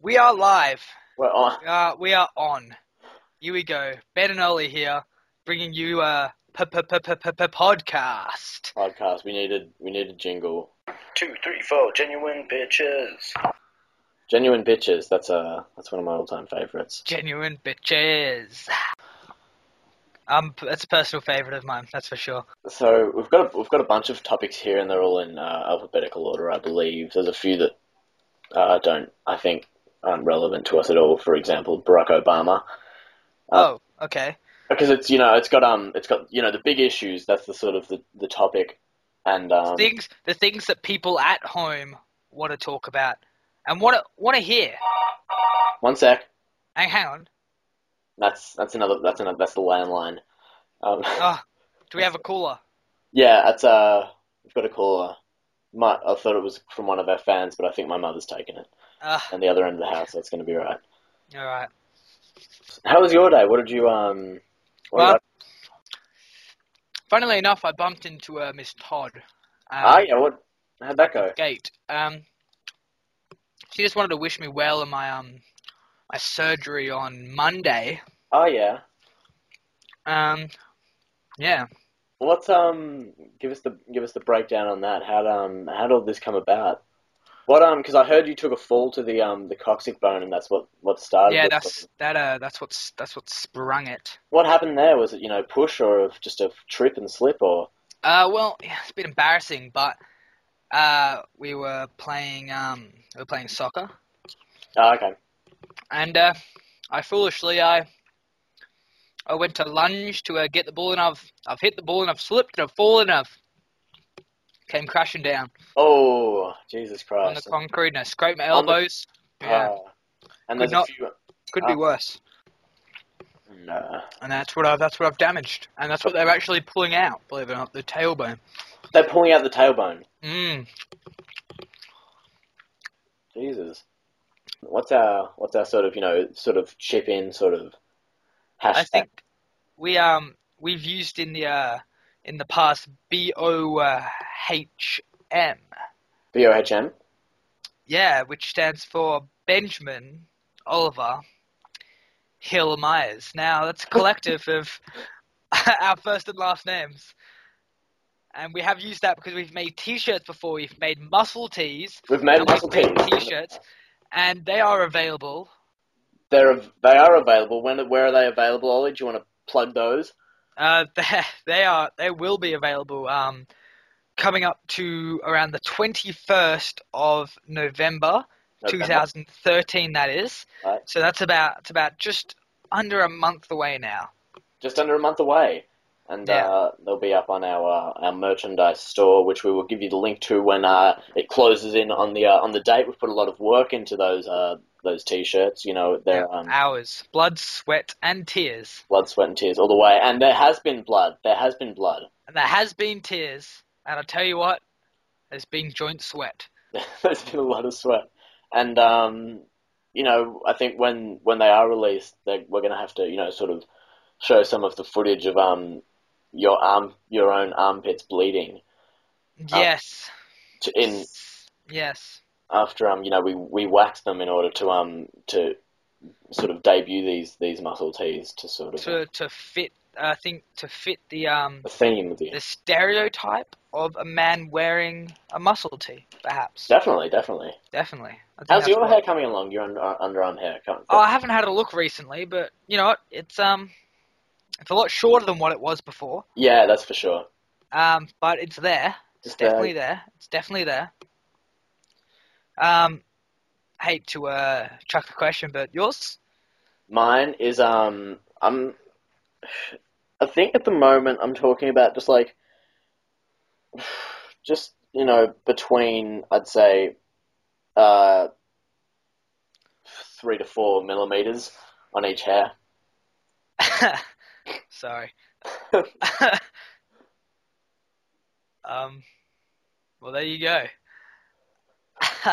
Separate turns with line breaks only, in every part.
We are live.
Well, uh,
We are, we are on. Here we go. Ben and Ollie here, bringing you a p- p- p- p- p- p- podcast.
podcast. We needed we need a jingle.
Two, three, four, genuine bitches.
Genuine bitches. That's uh that's one of my all time favorites.
Genuine bitches. Um, that's a personal favorite of mine, that's for sure.
So we've got a, we've got a bunch of topics here, and they're all in uh, alphabetical order, I believe. There's a few that uh, don't I think aren't relevant to us at all. For example, Barack Obama, Uh,
Oh, okay.
because it's you know it's got um it's got you know the big issues. That's the sort of the, the topic, and um,
Things, the things that people at home want to talk about and want to want to hear.
one sec.
Hang, hang on.
That's that's another that's another that's the landline. Um,
Oh, do we have a caller?
Yeah, that's uh, we've got a caller. My, I thought it was from one of our fans, but I think my mother's taken it.
Uh,
And the other end of the house, that's going to be right.
all right.
How was your day? What did you um? what
Well, uh,
did
Funnily enough, I bumped into uh, Miss Todd. Um,
I, ah, yeah. What? How'd that go?
gate. Um, she just wanted to wish me well in my um my surgery on Monday.
Oh yeah.
Um, yeah.
What's um? Give us the give us the breakdown on that. How um? How did all this come about? What um? Because I heard you took a fall to the um the coccyx bone, and that's what what started.
Yeah,
it.
that's that. Uh, that's what's that's what sprung it.
What happened there? Was it you know push or of just a trip and slip or?
Uh, well, yeah, it's a bit embarrassing, but uh, we were playing um, we were playing soccer,
Oh, okay.
and uh, I foolishly I I went to lunge to uh, get the ball, and I've I've hit the ball, and I've slipped, and I've fallen, and I've came crashing down.
Oh Jesus
on the
Christ.
concrete and I scraped my
On the-
elbows. yeah,
Ah. and
Could
there's
not-
a few.
could be
ah.
worse.
No.
And that's what I've that's what I've damaged, and that's what they're actually pulling out. Believe it or not, the tailbone.
They're pulling out the tailbone.
Mm.
Jesus. What's our what's our sort of you know sort of chip in sort of hashtag?
I think we um we've used in the uh in the past B O H M.
BOHM.
Yeah, which stands for Benjamin Oliver Hill Myers. Now that's a collective of our first and last names. And we have used that because we've made T-shirts before. We've made muscle tees,
We've made
And
muscle
we've made
tees.
T-shirts, and they are available.
They're av- they are available. When where are they available, Ollie? Do you want to plug those?
Uh, they, they are they will be available um, coming up to around the 21st of November,
November?
2013. That is.
Right.
So that's about it's about just under a month away now.
Just under a month away, and
Yeah.
uh, they'll be up on our uh, our merchandise store, which we will give you the link to when uh, it closes in on the uh, on the date. We've put a lot of work into those uh, those t-shirts. You know they're
Yeah,
um,
Hours, blood, sweat, and tears,
blood, sweat, and tears all the way. And there has been blood. There has been blood.
and there has been tears, and I tell you what, there's been joint sweat.
There's been a lot of sweat. And um, you know, I think when when they are released, they, we're going to have to, you know, sort of show some of the footage of um your arm your own armpits bleeding
Yes.
to, in
Yes.
after um you know we we wax them in order to um to sort of debut these these muscle tees to sort of
To to fit, I think to fit the um
the theme of the
the stereotype of a man wearing a muscle tee, perhaps.
definitely definitely.
Definitely. I think
How's
that's
your
what-
hair coming along? Your under, underarm hair. Come-
Oh, I haven't had a look recently, but you know what? It's um, it's a lot shorter than what it was before.
Yeah, that's for sure. uh,
Um, but it's there. It's
It's there.
definitely there. It's definitely there. Um, hate to uh chuck the question, but yours?
Mine is um I'm I think at the moment I'm talking about just like just you know between I'd say uh three to four millimeters on each hair.
Sorry. um, well, there you go.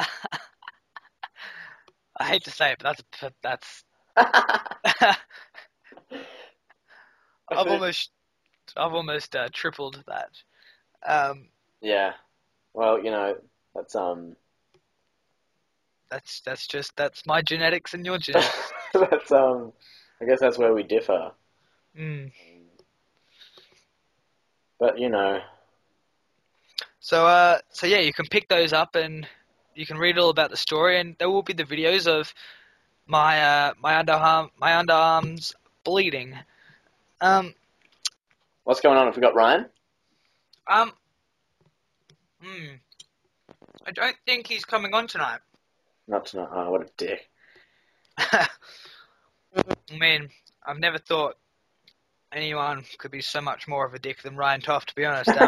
I hate to say it, but that's that's. I've almost, I've almost uh, tripled that. Um,
Yeah. Well, you know that's um
That's that's just that's my genetics and your genetics.
that's um. I guess that's where we differ.
mm.
But you know,
So uh, so yeah, you can pick those up and you can read all about the story, and there will be the videos of my uh, my underarm my underarms bleeding. Um,
what's going on? Have we got Ryan?
um, hmm. I don't think he's coming on tonight.
Not tonight. Oh, what a dick.
I mean, I've never thought anyone could be so much more of a dick than Ryan Toff, to be honest.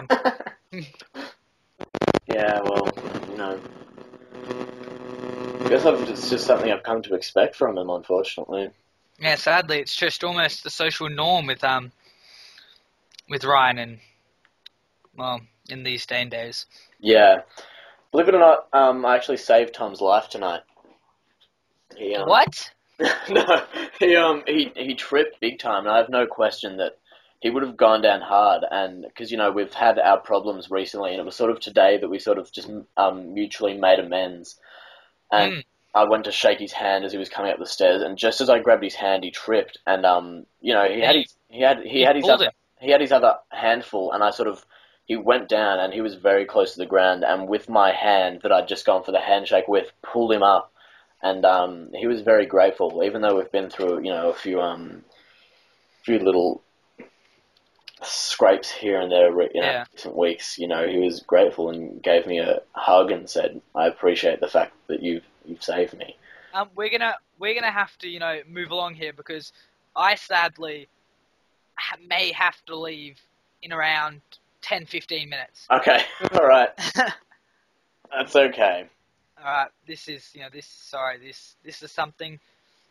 Um,
yeah, well, you know, I guess I've, it's just something I've come to expect from him, unfortunately.
yeah, sadly, it's just almost the social norm with um with Ryan and well, in these day and days.
Yeah, believe it or not, um, I actually saved Tom's life tonight. He, um,
What?
no, he um he he tripped big time, and I have no question that he would have gone down hard. And because you know we've had our problems recently, and it was sort of today that we sort of just um mutually made amends. And
Mm.
I went to shake his hand as he was coming up the stairs, and just as I grabbed his hand, he tripped, and um you know he had his he had he had his
pulled
other
him.
he had his other handful, and I sort of he went down, and he was very close to the ground, and with my hand that I'd just gone for the handshake with, pulled him up, and um, he was very grateful, even though we've been through you know a few um few little scrapes here and there re- you know,
Yeah.
recent weeks. You know, he was grateful and gave me a hug and said, "I appreciate the fact that you've you've saved me."
Um, we're gonna we're gonna have to you know move along here because I sadly ha- may have to leave in around 10, 15 minutes.
Okay, all right, that's okay.
uh, this is you know this sorry this this is something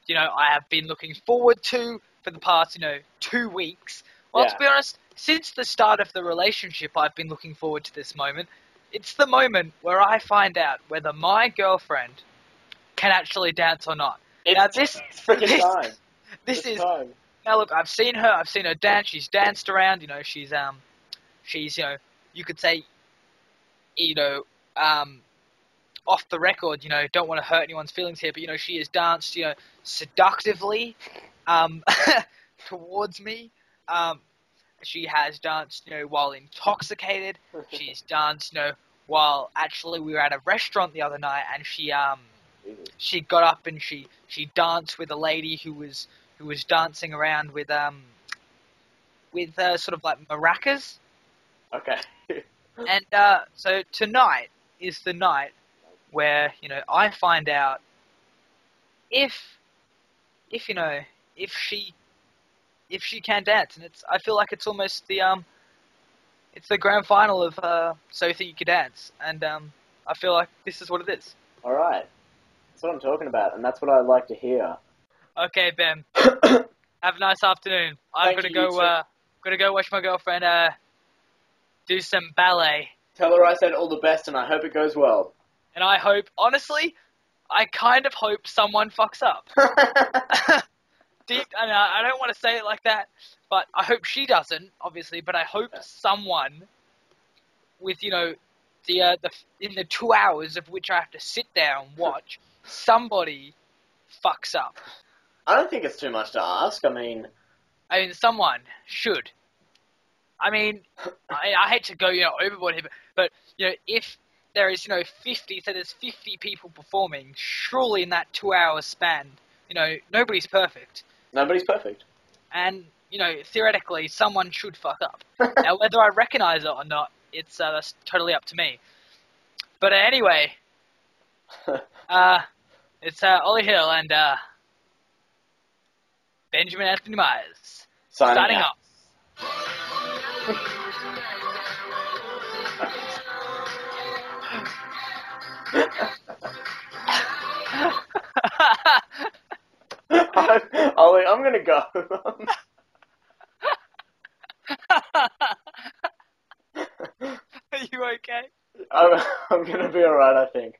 you know I have been looking forward to for the past you know two weeks. Well,
Yeah.
to be honest, since the start of the relationship, I've been looking forward to this moment. It's the moment where I find out whether my girlfriend can actually dance or not. Now this
It's freaking
this-
time.
this
It's
is
time.
now look, I've seen her. I've seen her dance. She's danced around. You know, she's um, she's you know, you could say, you know, um, off the record. You know, don't want to hurt anyone's feelings here, but you know, she has danced. You know, seductively, um, towards me. Um, she has danced. You know, while intoxicated. She's danced. You know, while actually we were at a restaurant the other night, and she um she got up and she she danced with a lady who was who was dancing around with um with uh, sort of like maracas
okay.
and uh, so tonight is the night where you know I find out if if you know if she if she can dance and it's I feel like it's almost the um it's the grand final of uh, so you think you can dance and um I feel like this is what it is
All right. That's what I'm talking about, and that's what I like to hear.
okay Ben Have a nice afternoon. I'm
Thank
gonna
you, you
go.
too.
Uh, gonna go watch my girlfriend uh, do some ballet,
Tell her I said all the best, and I hope it goes well.
and I hope, honestly, I kind of hope someone fucks up. Deep, and I, I don't want to say it like that, but I hope she doesn't, obviously. But I hope someone, with you know, the uh, the in the two hours of which I have to sit there and watch, somebody fucks up.
I don't think it's too much to ask. I mean,
I mean, someone should. I mean, I, I hate to go, you know, overboard here, but, but you know, if there is, you know, fifty, so there's fifty people performing, surely in that two-hour span, you know, nobody's perfect,
nobody's perfect.
and you know, theoretically, someone should fuck up. now, whether I recognize it or not, it's uh, that's totally up to me. But uh, anyway, uh, it's uh, Ollie Hill and uh, Benjamin Anthony Myers
Signing,
signing
out.
off.
I'm, Ollie, I'm gonna go.
Are you okay?
I'm, I'm gonna be alright, I think.